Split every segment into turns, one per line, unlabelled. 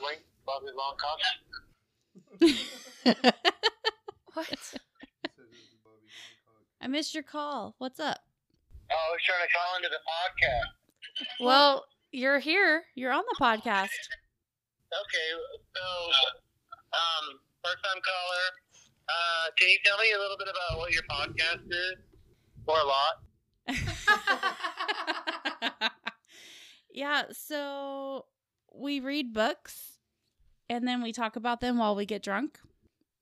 really long cock.
What? I missed your call. What's up?
Oh, I was trying to call into the podcast.
Well, you're here. You're on the podcast.
Okay, so um, first time caller. Uh, can you tell me a little bit about what your podcast is? Or a lot?
yeah, so we read books and then we talk about them while we get drunk.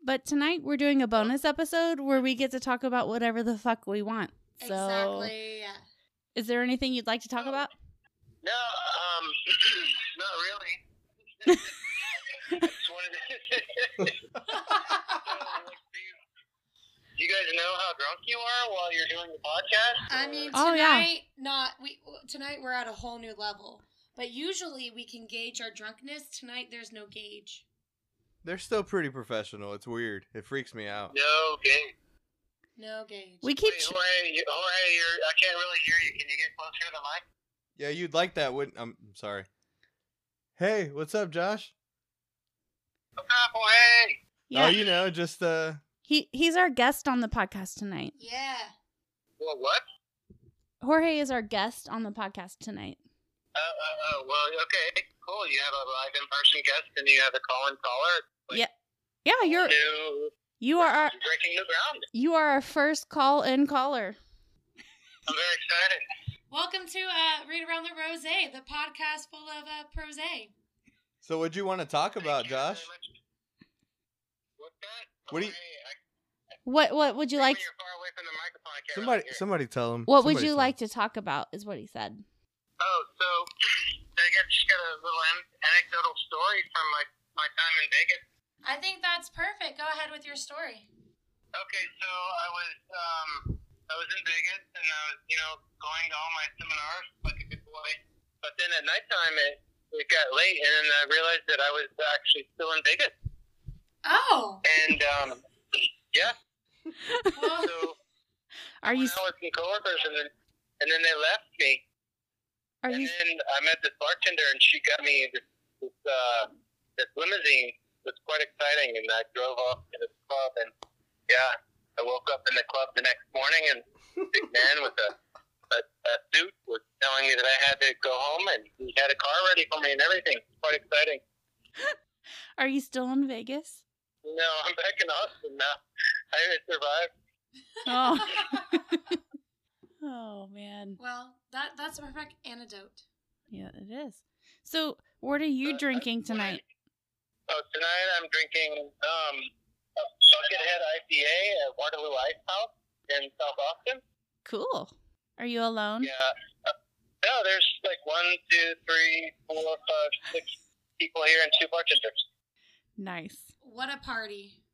But tonight we're doing a bonus episode where we get to talk about whatever the fuck we want. So,
exactly. Yeah.
is there anything you'd like to talk about?
No, um, not really. Just wanted to- you guys know how drunk you are while you're doing the podcast?
I mean, tonight,
Oh, yeah.
not we. Tonight we're at a whole new level. But usually we can gauge our drunkenness. Tonight there's no gauge.
They're still pretty professional. It's weird. It freaks me out.
no, okay.
No gauge.
We
Wait,
keep. ch-
Jorge, you, Jorge, you're, I can't really hear you. Can you get closer to the mic?
Yeah, you'd like that, wouldn't? I'm I'm sorry. Hey, what's up, Josh?
What's up, Jorge?
yeah,
Oh, you know, just uh,
he he's our guest on the podcast tonight.
yeah.
Well, what?
Jorge is our guest on the podcast tonight.
Uh, uh, uh, well, okay, cool. You have a live in-person guest, and you have a call-in caller. Like,
Yeah, Yeah, you're
New,
you are uh, our
breaking new ground.
you are our first call in caller.
I'm very excited.
Welcome to uh, Read Around the Rose, the podcast full of uh, prose.
so what'd you want to talk about,
Thank you very
Josh?
much. What's that?
What do you-
Jorge, I
What what would you like?
You're far away from the microphone. I can't
Somebody,
really hear.
somebody, tell him.
What would you like to talk about? Is what he said.
Oh, so I guess just got a little an- anecdotal story from my my time in Vegas.
I think that's perfect. Go ahead with your story.
Okay, so I was um I was in Vegas and I was you know going to all my seminars like a good boy, but then at nighttime it it got late and then I realized that I was actually still in Vegas
Oh.
and um yeah
Well,
so
Are you
I was some coworkers and then and then they left me
are
and
you
then I met this bartender, and she got me this this, uh, this limousine. It was quite exciting, and I drove off to this club, and yeah, I woke up in the club the next morning, and a big man with a, a, a suit was telling me that I had to go home, and he had a car ready for me and everything. It's quite exciting.
are you still in Vegas?
No, I'm back in Austin now. I survived.
Oh. oh man.
well, that that's a perfect antidote.
Yeah, it is. So, what are you
Uh,
drinking
I-
tonight?
Oh, tonight I'm drinking um, a Buckethead IPA at Waterloo Ice House in South Austin.
Cool. Are you alone?
Yeah. Uh, No, there's like one, two, three, four, five, six people here and two bartenders.
Nice.
What a party.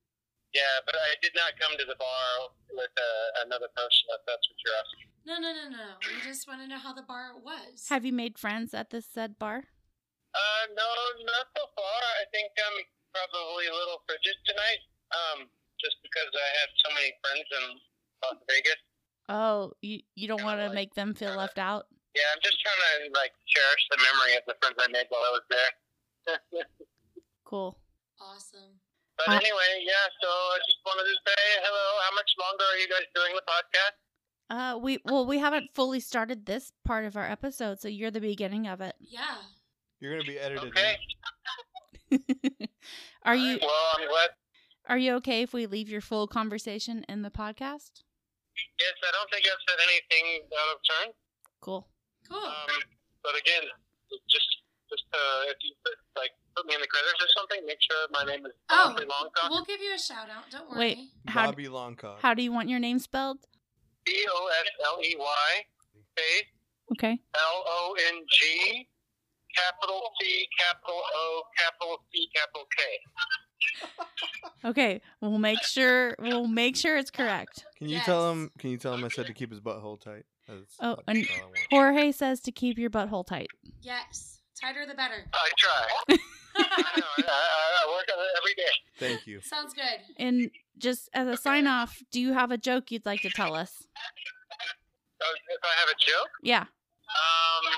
Yeah, but I did not come to the bar with uh, another person, if that's what you're asking.
No, no, no, no. We just want to know how the bar was.
Have you made friends at this said bar?
Uh, no, not so far. I think I'm probably a little frigid tonight, um, just because I have so many friends in Las Vegas.
Oh, you you don't
Kinda
want to
like-
make them feel
kinda-
left out.
Yeah, I'm just trying to like cherish the memory of the friends I made while I was there.
Cool.
awesome.
but
Uh,
anyway, yeah. So I just wanted to say hello. How much longer are you guys doing the podcast?
Uh, we well we haven't fully started this part of our episode, so you're the beginning of it.
Yeah.
You're gonna be edited.
Okay.
are you
Well, I'm glad.
are you okay if we leave your full conversation in the podcast?
Yes, I don't think I've said anything out of turn.
Cool.
Cool.
Um, but again, just just uh, if you like put me in the credits or something, make sure my name is
Oh,
Bobby Longcock.
We'll give you a shout out. Don't worry.
Wait. How
Bobby Longcock.
How do you want your name spelled?
B O S L E Y space
Okay.
L O N G capital C capital O capital C capital K.
Okay. We'll make sure we'll make sure it's correct.
Can you tell
Yes.
him? Can you tell him I said to keep his butthole tight? That's-
Oh,
that's
and-
all I want.
Jorge says to keep your butthole tight.
Yes. Tighter the better.
I try. I know. I, I, I work on it every day.
thank you.
Sounds good.
And just as a sign off, do you have a joke you'd like to tell us?
Oh, if I have a joke,
Yeah.
um,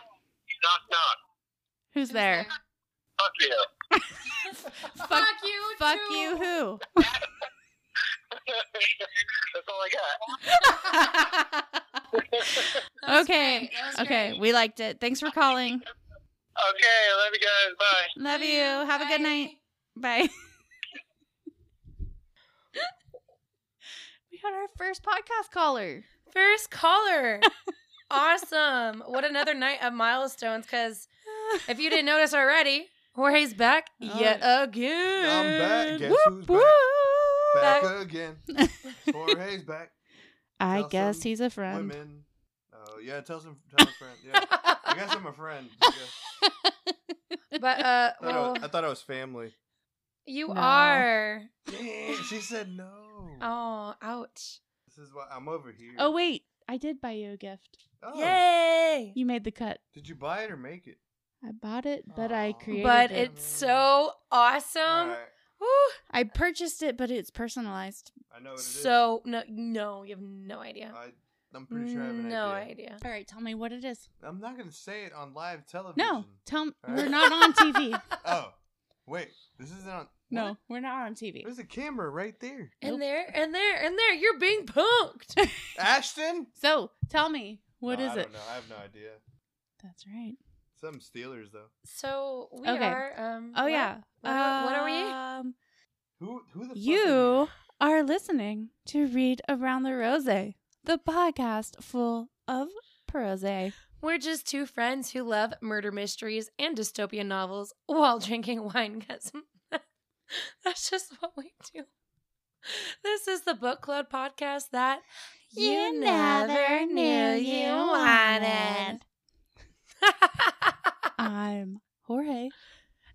knock knock.
Who's there?
Oh, fuck you.
Fuck,
Fuck,
you.
fuck
too.
you who?
That's all I got.
That was
Okay,
great, that was
okay,
great.
we liked it. Thanks for calling.
Okay, I love you guys. Bye.
Love you. Have a good
Bye.
night. Bye. we had our first podcast caller.
First caller. awesome. What another night of milestones because if you didn't notice already, Jorge's back
Oh.
yet again.
I'm back. Guess who's
Woo!
Back.
back? Back again. Jorge's back.
I
Tell
guess
some
he's a friend.
Women. Oh yeah, tell some tell a friend. Yeah. I guess I'm a friend. I, guess.
But uh
I, thought I,
well
Oh.
was, I thought I was family.
you
No.
are.
she said no.
Oh, ouch.
This is why I'm over here.
Oh wait, I did buy you a gift.
Oh,
Yay.
You made the cut.
Did you buy it or make it?
I bought it, but I
Aw.
created
But
it.
it's so
Um,
awesome.
Alright,
Woo.
I purchased it, but it's personalized.
I know what it is.
So no no, you have no idea.
I, I'm pretty sure I have an
no
idea.
idea.
All right, tell me what it is.
I'm not gonna say it on live television.
No, tell me.
All
We're
right.
not on TV.
Oh, wait. This isn't on.
No,
what?
we're not on TV.
There's a camera right there.
Nope.
And there, and there, and there, you're being punked.
Ashton.
So tell me, what
No,
is
I
it?
don't know. I have no idea.
That's right.
Some Steelers though.
So we
Okay.
are. Um,
Oh
what-
yeah.
What are, what are we?
Um,
Who? Who the? fuck are
you are listening to Read Around the Rose, the podcast full of prose.
We're just two friends who love murder mysteries and dystopian novels while drinking wine. Because that's just what we do. This is the book club podcast that
You never knew you wanted. I'm Jorge.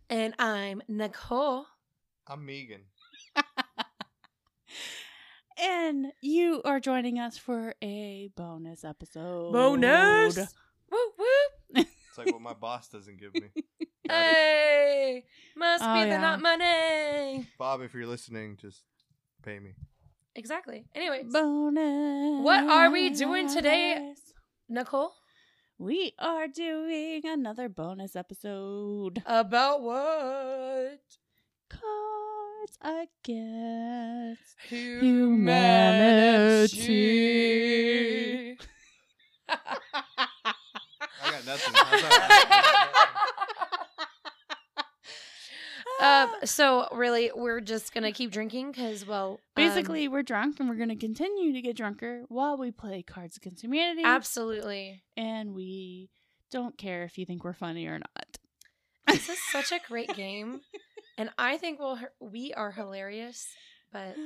and I'm Nicole.
I'm Megan.
And you are joining us for a bonus episode.
Woo woo.
It's like what my boss doesn't give me. Got it.
Hey, must
Oh,
be
yeah.
the not money.
Bob, if you're listening, just pay me.
Exactly. Anyway,
Bonus.
are we doing today? Nicole.
We are doing another bonus episode.
About what?
Cards against. Humanity.
Humanity.
I got nothing. I thought- I-
um, so really, we're just gonna keep drinking because, well, um,
Basically, we're drunk and we're going to continue to get drunker while we play Cards Against Humanity.
absolutely.
and we don't care if you think we're funny or not.
This is such a great game, and I think we'll we are hilarious, but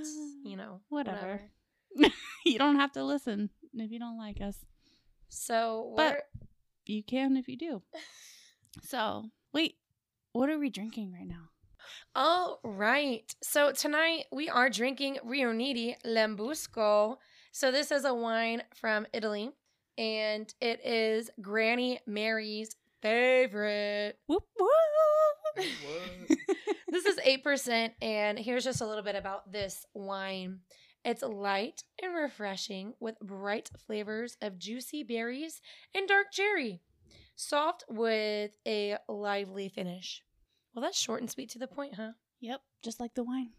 you know,
Whatever. you don't have to listen if you don't like us.
So,
But-
we're-
You can if you do. So, wait, what are we drinking right now?
all right. So tonight we are drinking Rioniti Lambrusco. So this is a wine from Italy, and it is Granny Mary's favorite.
Whoop, whoop.
What?
this is 8% and here's just a little bit about this wine it's light and refreshing with bright flavors of juicy berries and dark cherry soft with a lively finish well that's short and sweet to the point huh
Yep, just like the wine.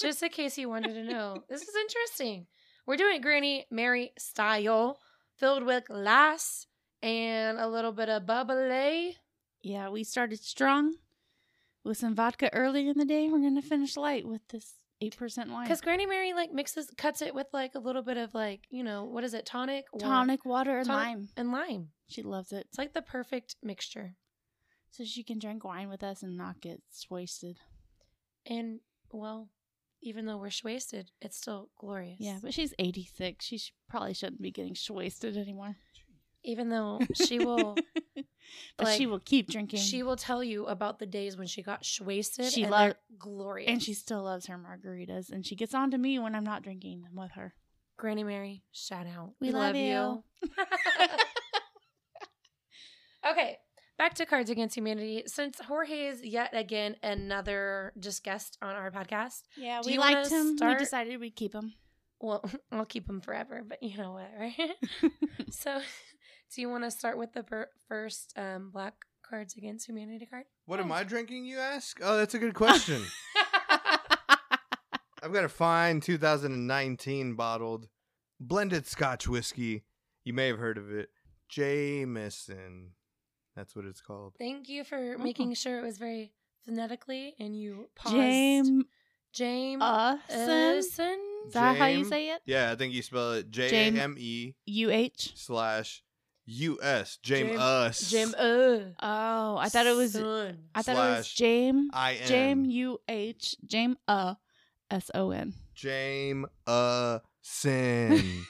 just in case you wanted to know this is interesting we're doing it granny mary style filled with glass and a little bit of bubble
Yeah, we started strong with some vodka early in the day. We're going to finish light with this 8% wine.
Because Granny Mary like mixes, cuts it with like a little bit of like you know what is it, tonic, or-
tonic water and
Tonic-
lime.
and lime.
She loves it.
It's like the perfect mixture,
So she can drink wine with us and not get wasted.
and well, even though we're wasted, it's still glorious.
Yeah, but she's 86. She sh- probably shouldn't be getting sh- wasted anymore.
even though she will,
but she
like,
will keep drinking.
she will tell you about the days when she got wasted.
She
and
lo-
they're glorious.
and she still loves her margaritas, and she gets on to me when I'm not drinking them with her.
Granny Mary, shout out.
We love
okay, back to Cards Against Humanity. Since Jorge is yet again another just guest on our podcast,
Yeah,
Do we you wanna liked him. We start-
We decided we'd keep him.
well, I'll keep him forever, but you know what, right? so, do you want to start with the per- first um, black Cards Against Humanity card?
What am I drinking, you ask? Oh, that's a good question. I've got a fine 2019 bottled blended scotch whiskey. You may have heard of it. Jameson. That's what it's called.
Thank you for
Mhm.
making sure it was very phonetically and you paused.
Jameson.
Jameson.
Is that how you
Jame-
say it?
Yeah, I think you spell it J
Jame-
A M E
U H.
slash U S. Jame
Jame-
us.
Jam. Uh,
Oh, I thought it was.
son.
I thought it was
Slash
Jame.
I am.
Jame U H. Jame uh S O N.
Jame uh sin.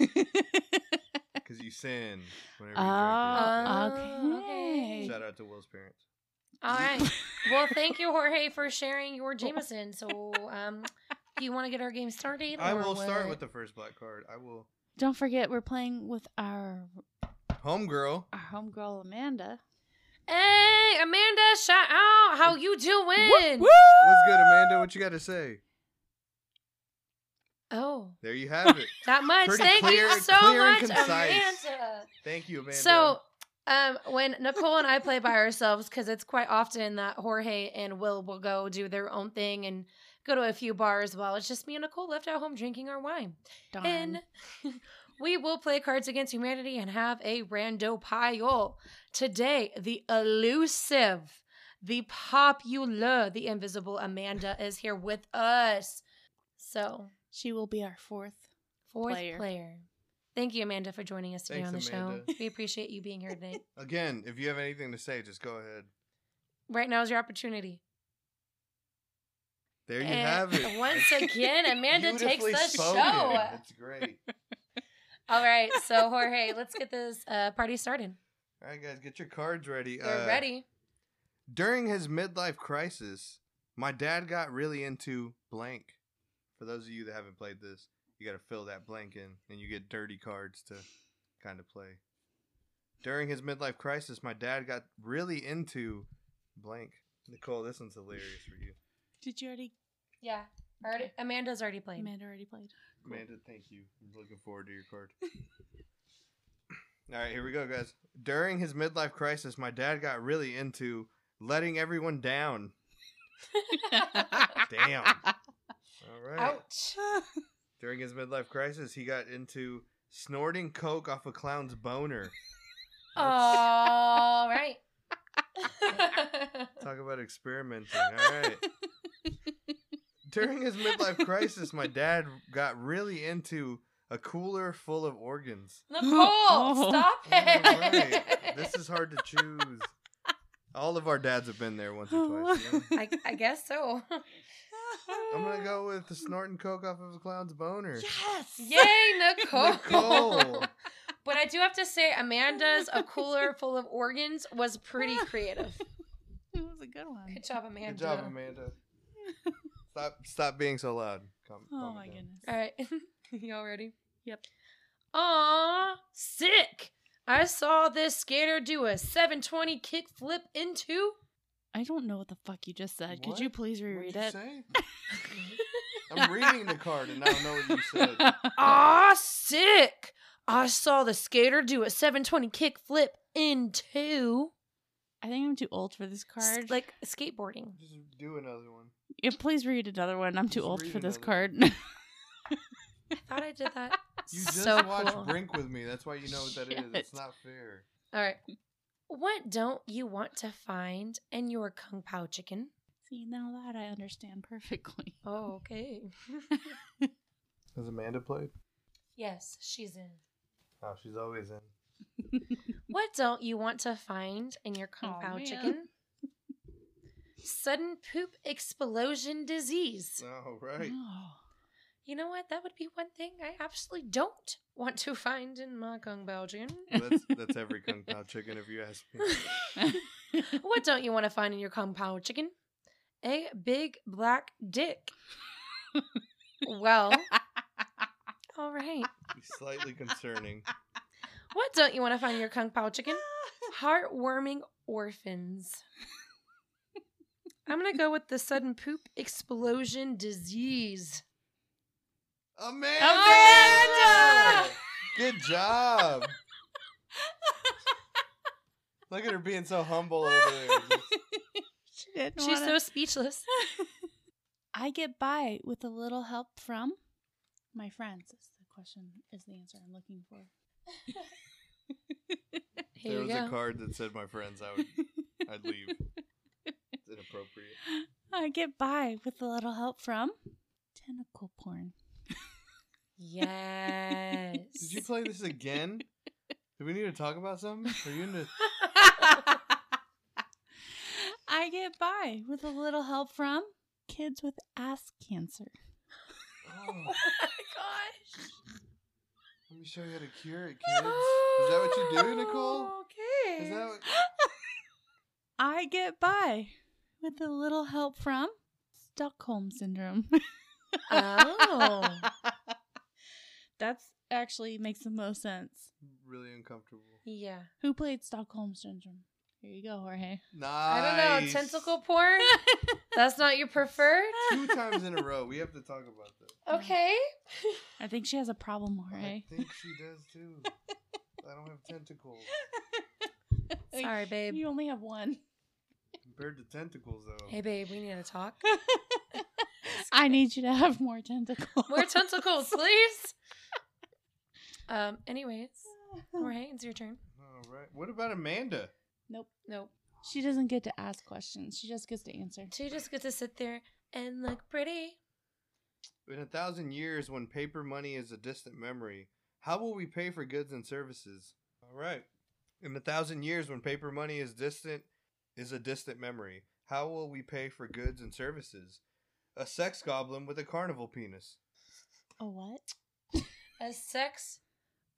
Because you sin whenever you
Oh,
drink it.
drink
Oh,
okay.
it.
okay.
Shout out to Will's parents.
All right. Well, thank you, Jorge, for sharing your Jameson. So, um, do you want to get our game started?
I
or
will start
what?
with the first black card. I will.
Don't forget, we're playing with our
Homegirl.
our homegirl Amanda.
Hey, Amanda, shout out. How you doing?
What's good, Amanda? What you got to say?
Oh,
There you have it.
that much.
Pretty
Thank
clear-
you so
clear and
much,
concise.
Amanda.
Thank you, Amanda.
So, um, when Nicole and I play by ourselves, because it's quite often that Jorge and Will will go do their own thing and go to a few bars while it's just me and Nicole left at home drinking our wine.
Darn.
And we will play Cards Against Humanity and have a rando pile. Today, the elusive, the popular, the invisible Amanda is here with us. So,
she will be our fourth.
fourth player.
Player.
Thank you, Amanda, for joining us today
Thanks,
on the
Amanda.
show. We appreciate you being here today.
Again, if you have anything to say, just go ahead.
Right now is your opportunity.
There you
And
have it.
Eh, Once again, Amanda takes
Beautifully
the
spoken.
show.
That's great.
All right, so Jorge, let's get this uh, party started.
All right, guys, get your cards ready.
We're
Uh,
ready.
During his midlife crisis, my dad got really into blank. For those of you that haven't played this, you got to fill that blank in, and you get dirty cards to kind of play. During his midlife crisis, my dad got really into blank. Nicole, this one's hilarious for you.
Did you already?
Yeah. Already, Amanda's already played.
Amanda already played.
Amanda, thank you. I'm looking forward to your card. All right, here we go, guys. During his midlife crisis, my dad got really into letting everyone down. Damn. All right.
Ouch.
During his midlife crisis, he got into snorting coke off a clown's boner. Let's
All right.
Talk about experimenting. All right. During his midlife crisis, my dad got really into a cooler full of organs.
Nicole,
Oh.
stop
All
it.
right. This is hard to choose. All of our dads have been there once or twice. you know?
I, I guess so.
I'm gonna go with the snorting coke off of a clown's boner.
Yes.
Yay, Nicole.
Nicole.
But I do have to say, Amanda's A Cooler Full of Organs was pretty creative.
It was a good one.
Good job, Amanda.
Good
uh,
job, Amanda. Stop! Stop being so loud. Calm,
Oh
calm
my
it down.
goodness.
All right. Y'all ready?
Yep.
Aw, sick. I saw this skater do a 720 kickflip into.
I don't know what the fuck you just said. Could you
What?
please reread it?
What'd you say? I'm reading the card and I don't know what you said.
Ah, sick. I saw the skater do a 720 kickflip into.
I think I'm too old for this card.
S- Like skateboarding.
Just do another one.
Yeah, please read another one. I'm too
Just
old
read
for this
another
card.
I thought I did that.
You just
so
watched
cool.
Brink with me. That's why you know what that is. It's
Shit.
not fair.
All right. What don't you want to find in your Kung Pao chicken?
See, now that I understand perfectly.
Oh, okay.
Has Amanda played?
yes, she's in.
Oh, she's always in.
What don't you want to find in your Kung
Aw,
Pao
man.
chicken? Sudden poop explosion disease.
All right.
Oh.
You know what? That would be one thing I absolutely don't want to find in my Kung Pao chicken.
That's that's every kung pao chicken if you ask me.
what don't you want to find in your Kung Pao chicken? A big black dick. well, all right.
Slightly concerning.
What don't you want to find in your Kung Pao chicken? Heartwarming orphans. I'm gonna go with the sudden poop explosion disease.
Amanda!
Amanda!
Good job. Look at her being so humble over there. Just-
she didn't
She's
wanna-
so speechless.
I get by with a little help from my friends. Is the question is the answer I'm looking for.
If there
Here
was
you go.
a card that said my friends, I would I'd leave. It's inappropriate.
I get by with a little help from tentacle porn.
yes.
Did you play this again? Do we need to talk about something? Are you into
I get by with a little help from kids with ass cancer.
oh,
gosh.
let me show you how to cure it, kids. Is that what you do, Nicole?
Okay.
Is that what
I get by with a little help from Stockholm syndrome.
Oh.
That's actually makes the most sense.
really uncomfortable?
yeah.
Who played Stockholm syndrome? Here you go, Jorge.
Nice.
I don't know. Tentacle porn? That's not your preferred?
Two times in a row. We have to talk about this.
Okay.
I think she has a problem, Jorge.
I think she does too. I don't have tentacles.
Sorry, babe.
You only have one.
Compared to tentacles, though.
Hey, babe, we need to talk.
I need you to have more tentacles.
More tentacles, please. Um. Anyways, Jorge, it's your turn.
All right. What about Amanda?
Nope.
She doesn't get to ask questions. She just gets to answer.
She just gets to sit there and look pretty.
In a thousand years, when paper money is a distant memory, how will we pay for goods and services? All right. In a thousand years, when paper money is distant, is a distant memory, how will we pay for goods and services? A sex goblin with a carnival penis.
A what?
A sex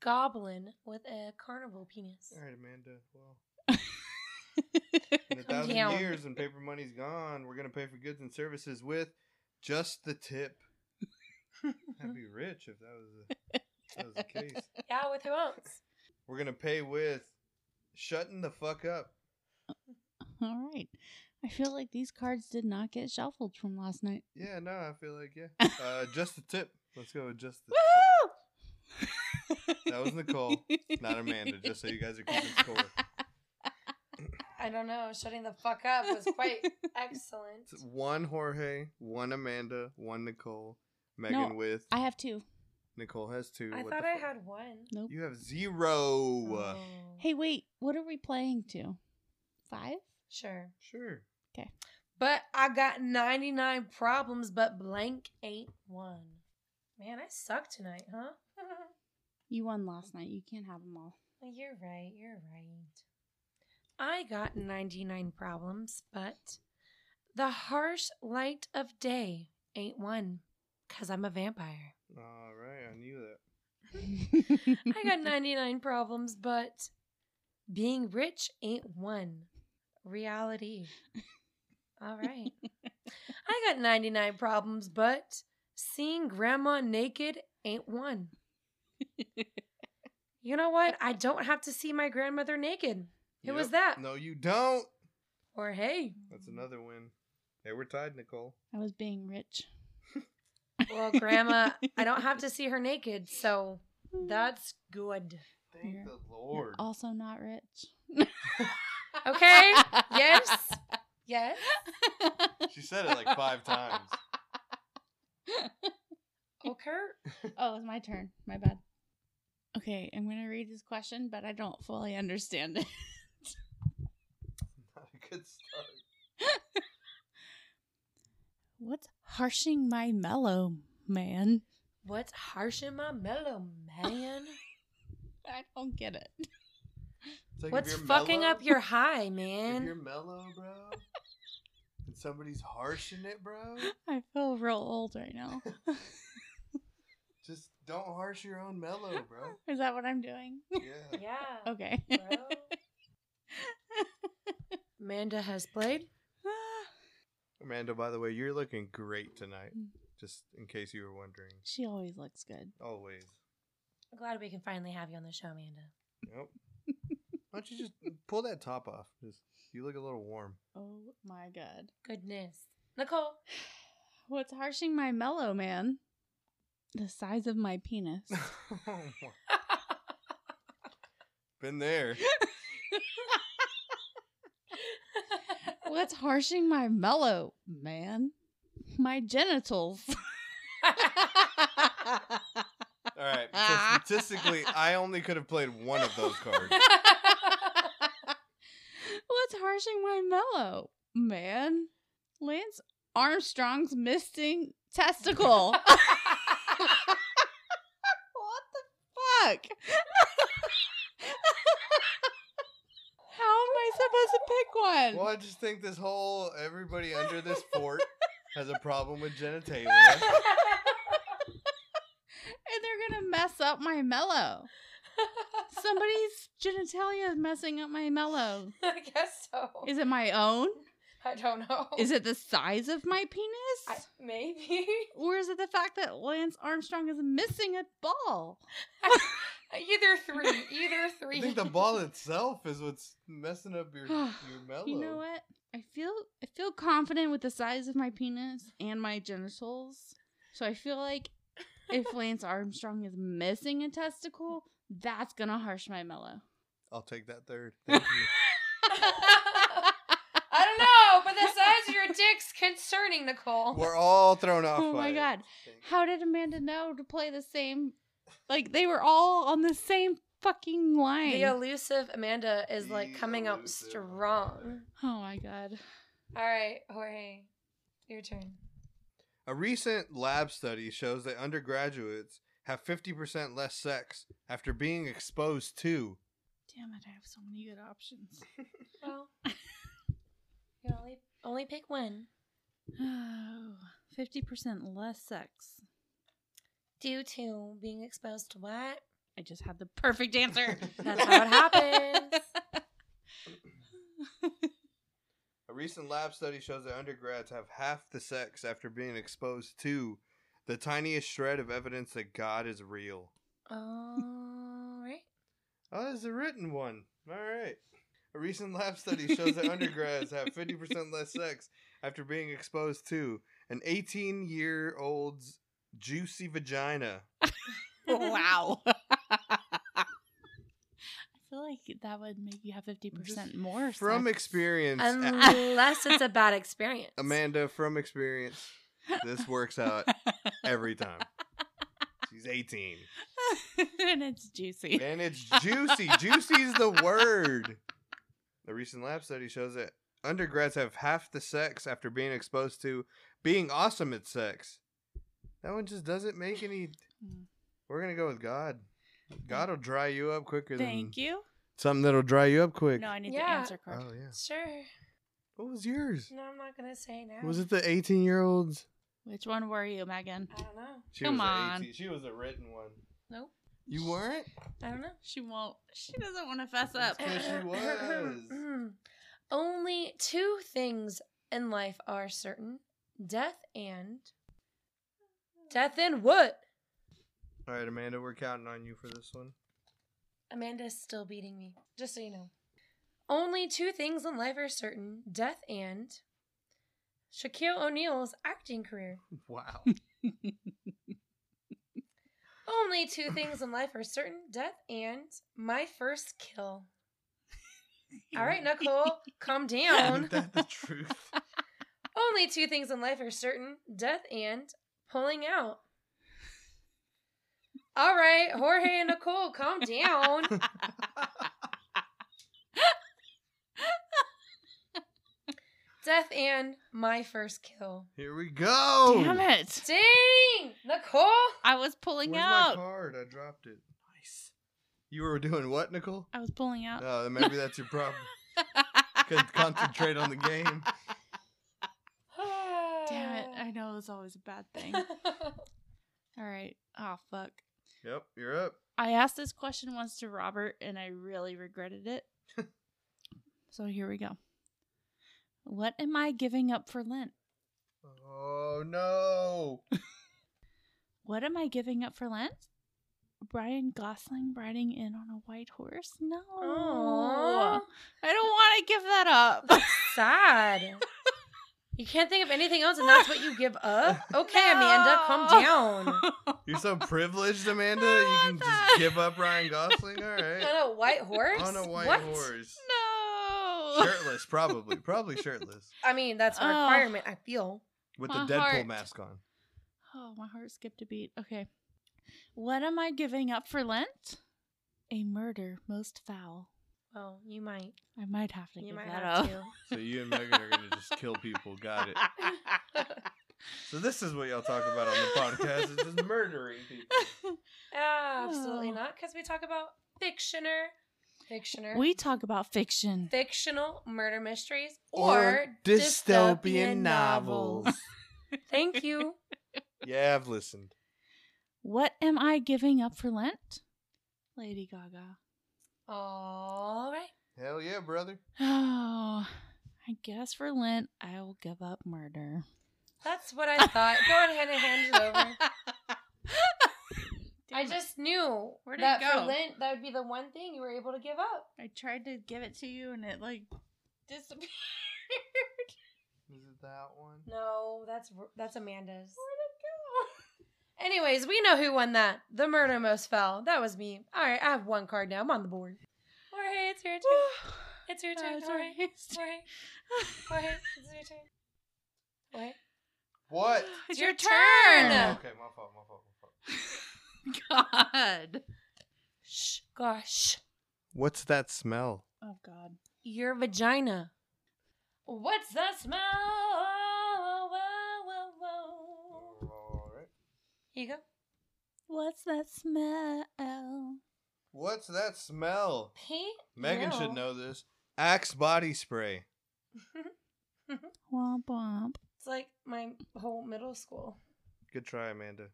goblin with a carnival penis.
All right, Amanda. Well, in a thousand
down.
years, when paper money's gone, we're gonna pay for goods and services with just the tip. I'd be rich if that was a, if that was the case.
Yeah, with who else?
We're gonna pay with shutting the fuck up.
All right. I feel like these cards did not get shuffled from last night.
Yeah, no, I feel like yeah. Uh, just the tip. Let's go with just the. That was Nicole, Not Amanda, just so you guys are keeping score.
I don't know. Shutting the fuck up was quite excellent.
It's one Jorge, one Amanda, one Nicole. Megan
No,
with
I have two.
Nicole has two.
I
What
thought
the
I
fuck? uh,
had one.
Nope.
You have zero.
Oh.
Hey, wait. What are we playing to? Five?
Sure.
Sure.
But I got 99 problems, but blank ain't one. Man, I suck tonight, huh?
You won last night. You can't have them all.
Well, you're right. You're right. I got 99 problems, but the harsh light of day ain't one because I'm a vampire.
All right, I knew that.
I got 99 problems, but being rich ain't one. Reality. All right. I got 99 problems, but seeing grandma naked ain't one. You know what? I don't have to see my grandmother naked. Who was that?
No, you don't.
Or hey,
That's another win. Hey, we're tied, Nicole.
I was being rich.
well, grandma, I don't have to see her naked, so that's good.
Thank
You're-
the
You're
Lord.
Oh.
also not rich.
Okay? Yes? Yes.
She said it like five times.
Okay.
Oh, it's my turn. My bad. Okay, I'm going to read this question, but I don't fully understand it.
Not a good start.
What's harshing my mellow, man?
What's harsh in my mellow, man?
I don't get it.
It's like if
What's
you're
fucking
mellow-
up your high,
If you're
man?
mellow, bro, and somebody's harshing it, bro,
I feel real old right now.
just don't harsh your own mellow, bro.
Is that what I'm doing?
Yeah.
Yeah.
Okay.
bro. Amanda has played.
Amanda, by the way, you're looking great tonight.
Mm.
Just in case you were wondering.
she always looks good.
Always.
I'm glad we can finally have you on the show, Amanda.
Yep. Why don't you just pull that top off? Just you look a little warm.
Oh my god.
Goodness. Nicole.
What's harshing my mellow, man? The size of my penis.
oh my. Been there.
What's harshing my mellow, man? My genitals.
All right.
Ah.
So statistically, I only could have played one of those cards.
What's harshing my mellow, man? Lance Armstrong's missing testicle. what the fuck? How am I supposed to pick one?
Well, I just think this whole everybody under this fort has a problem with genitalia.
And they're gonna mess up my mellow. Somebody's genitalia is messing up my mellow.
I guess so.
Is it my own?
I don't know.
Is it the size of my
Oh. I,
penis?
maybe?
Or is it the fact that Lance Armstrong is missing a ball?
either three. Either
I
three.
think the ball itself is what's messing up your your mellow.
You know what? I feel I feel confident with the size of my penis and my genitals. So I feel like if Lance Armstrong is missing a testicle, that's gonna harsh my mellow.
I'll take that third. Thank you.
I don't know, but the size of your dick's concerning, Nicole.
We're all thrown off.
Oh my
by it.
god. How did Amanda know to play the same like they were all on the same fucking line?
The elusive Amanda is like
The
coming out
elusive
strong.
Amanda.
oh my god.
All right, Jorge, your turn.
A recent lab study shows that undergraduates have 50% less sex after being exposed to.
Damn it, I have so many good options.
Well, you only only pick one
Oh, 50% less sex.
due to being exposed to what?
I just had the perfect answer.
That's how it happens.
A recent lab study shows that undergrads have half the sex after being exposed to the tiniest shred of evidence that God is real.
All right.
Oh, that's a written one. All right. A recent lab study shows that undergrads have 50% less sex after being exposed to an 18 year old's juicy vagina.
wow. I feel like that would make you have 50%
Just
more.
From
sex.
experience,
Unless it's a bad experience.
Amanda, from experience, this works out every time. She's 18.
and it's juicy.
And it's juicy. Juicy's the word. A recent lab study shows that undergrads have half the sex after being exposed to being awesome at sex. That one just doesn't make any.
Mm.
We're going to go with God. God will dry you up quicker than
Thank you.
something that'll dry you up quick.
No, I need the
Yeah.
answer card.
oh, yeah.
Sure.
What was yours?
No, I'm not gonna say now.
Was it the 18 year olds?
Which one were you, Megan?
I don't know.
Come on.
She was a written one.
Nope.
You weren't?
I don't know.
She won't. She doesn't want to fess up.
Yes, she was.
Only two things in life are certain: death and death and what?
All right, Amanda, we're counting on you for this one.
Amanda's still beating me. Just so you know. Only two things in life are certain: death and Shaquille O'Neal's acting career.
Wow.
Only two things in life are certain: death and my first kill. All right, Nicole, calm down.
Isn't that the truth?
Only two things in life are certain death and pulling out. All right, Jorge and Nicole, calm down. death and my first kill.
Here we go.
Damn it.
Dang! Nicole!
I was pulling
Where's my
out.
card? I dropped it. Nice. You were doing what, Nicole?
I was pulling out.
Oh, then maybe that's your problem. Couldn't concentrate on the game.
Damn it. I know it's always a bad thing. All right. Oh, fuck.
Yep, you're up.
I asked this question once to Robert and I really regretted it. so here we go. What am I giving up for Lent?
Oh no.
What am I giving up for Lent? Brian Gosling riding in on a white horse? No.
Aw.
I don't want to give that up.
Sad. You can't think of anything else, and that's what you give up? Okay,
No.
Amanda, calm down.
You're so privileged, Amanda. You can just give up Ryan Gosling. All right.
On a white horse?
On a white
What?
horse.
no. No.
Shirtless, probably. Probably shirtless.
I mean, that's a
Oh.
requirement. I feel.
With
My
the Deadpool
heart.
mask on.
Oh, my heart skipped a beat. Okay. What am I giving up for Lent? A murder most foul.
Oh, you might.
I might have to
You
give
might
that
have
up.
to.
So you and Megan are gonna just kill people. Got it. So this is what y'all talk about on the podcast. It's just murdering people.
Absolutely
Oh.
not, because we talk about fictioner, fictioner,
we talk about fiction.
fictional murder mysteries or, dystopian novels. Thank you.
yeah, I've listened.
What am I giving up for Lent? Lady Gaga.
All right.
Hell yeah, brother.
Oh, I guess for Lent I will give up murder.
That's what I thought. Go ahead and hand it over. I
Damn it.
just knew
Where'd it
that
go?
for Lent, that would be the one thing you were able to give up.
I tried to give it to you and it like disappeared.
Is it that one?
No, that's that's Amanda's. Anyways, we know who won that. The murder most fell. That was me. All right, I have one card now. I'm on the board. Jorge, it's your turn. It's your turn. Jorge. Jorge. Jorge, it's your turn. What?
What? Oh,
It's
your
your turn.
turn.
Okay, my fault. My fault. My fault.
God.
Shh, gosh.
What's that smell?
Oh God.
Your vagina. What's that smell? Whoa, whoa, whoa.
All right.
Here you go.
What's that smell?
What's that smell?
Pee?
Megan should know this. Axe body spray.
Womp womp.
It's like my whole middle school.
Good try, Amanda.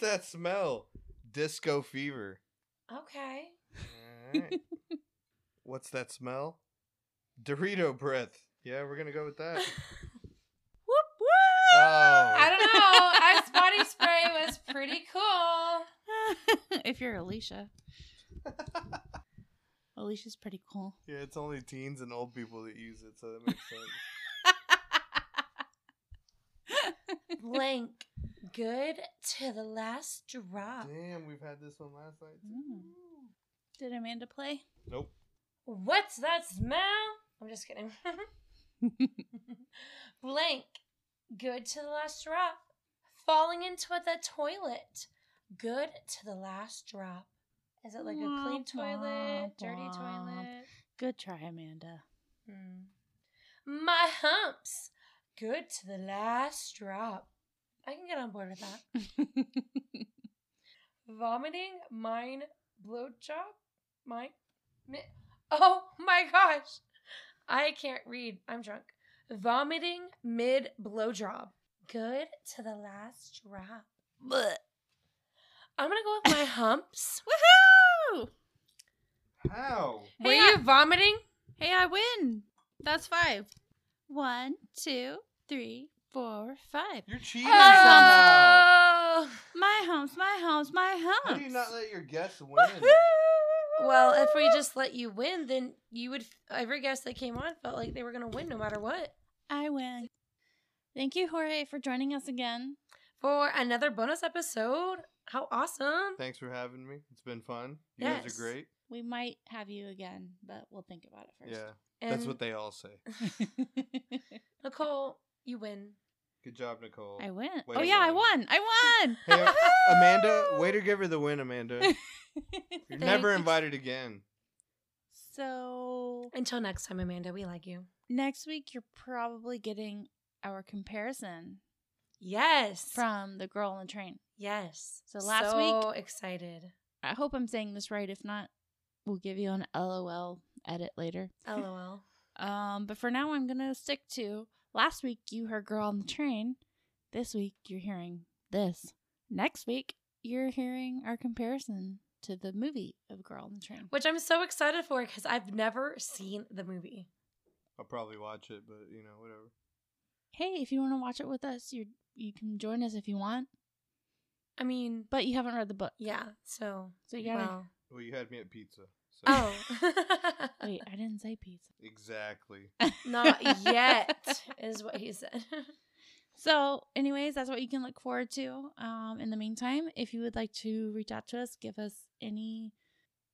that smell? Disco fever.
Okay.
Alright. What's that smell? Dorito breath. Yeah, we're gonna go with that.
Whoop whoop.
I
Oh,
don't know. Axe body spray was pretty cool.
if you're Alicia. Alicia's pretty cool.
yeah. It's only teens and old people that use it, so that makes sense.
Blank. Good to the last drop.
Damn, we've had this one last night. too.
Mm. Did Amanda play?
Nope.
What's that smell? I'm just kidding. Blank. Good to the last drop. Falling into the toilet. Good to the last drop. Is it like a clean
Womp
toilet,
womp
dirty
womp.
toilet?
Good try, Amanda.
Hmm. My humps. Good to the last drop. I can get on board with that. Vomiting, mine, blowjob, mine. mi- Oh my gosh. I can't read. I'm drunk. Vomiting mid blowjob. Good to the last drop.
but
I'm gonna go with my humps.
woohoo!
How?
Hey,
Were
I-
you vomiting?
Hey, I win. That's five. One, two, three, four, five.
You're cheating somehow.
Oh.
My humps, my humps, my humps.
How do you not let your guests win?
Woohoo!
Well, if we just let you win, then you would. Every guest that came on felt like they were gonna win no matter what.
I win. Thank you, Jorge, for joining us again.
For another bonus episode. How awesome!
Thanks for having me. It's been fun. You guys
Yes.
are great.
We might have you again, but we'll think about it
Yeah,
first.
that's
And
what they all say.
Nicole, you win.
Good job, Nicole.
I win.
Way
oh
to
yeah, I
win.
won. I won.
Hey, Amanda, way to give her the win, Amanda. You're never
Thanks.
invited again.
so
Until next time, Amanda, we like you.
next week you're probably getting our comparison
Yes.
from the girl on the train.
yes.
So last
So excited.
I hope I'm saying this right. If not, we'll give you an LOL edit later.
LOL.
Um, but for now, I'm gonna stick to last week you heard "Girl on the Train," this week you're hearing this. Next week you're hearing our comparison to the movie of "Girl on the Train."
Which I'm so excited for because I've never seen the movie.
I'll probably watch it, but you know, whatever.
Hey, if you want to watch it with us, you you can join us if you want,
I mean,
but you haven't read the book,
yeah. So,
so you gotta.
well.
Well, you had me at pizza. So.
Oh.
Wait, I didn't say pizza.
Exactly.
Not yet, is what he said.
So, anyways, that's what you can look forward to. Um, in the meantime, if you would like to reach out to us, give us any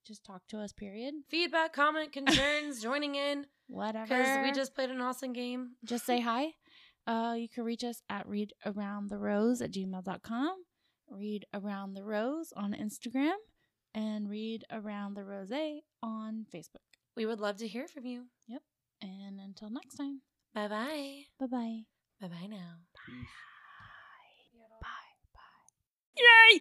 Just talk to us, period.
Feedback, comment, concerns, joining in.
Whatever.
Because we just played an awesome game.
just say hi. Uh, you can reach us at readaroundtherose at gmail.com, read around the rose on Instagram, and read around the rose on Facebook.
We would love to hear from you.
And until next time,
Bye bye.
bye bye.
Bye bye now.
Peace.
Bye.
Yay!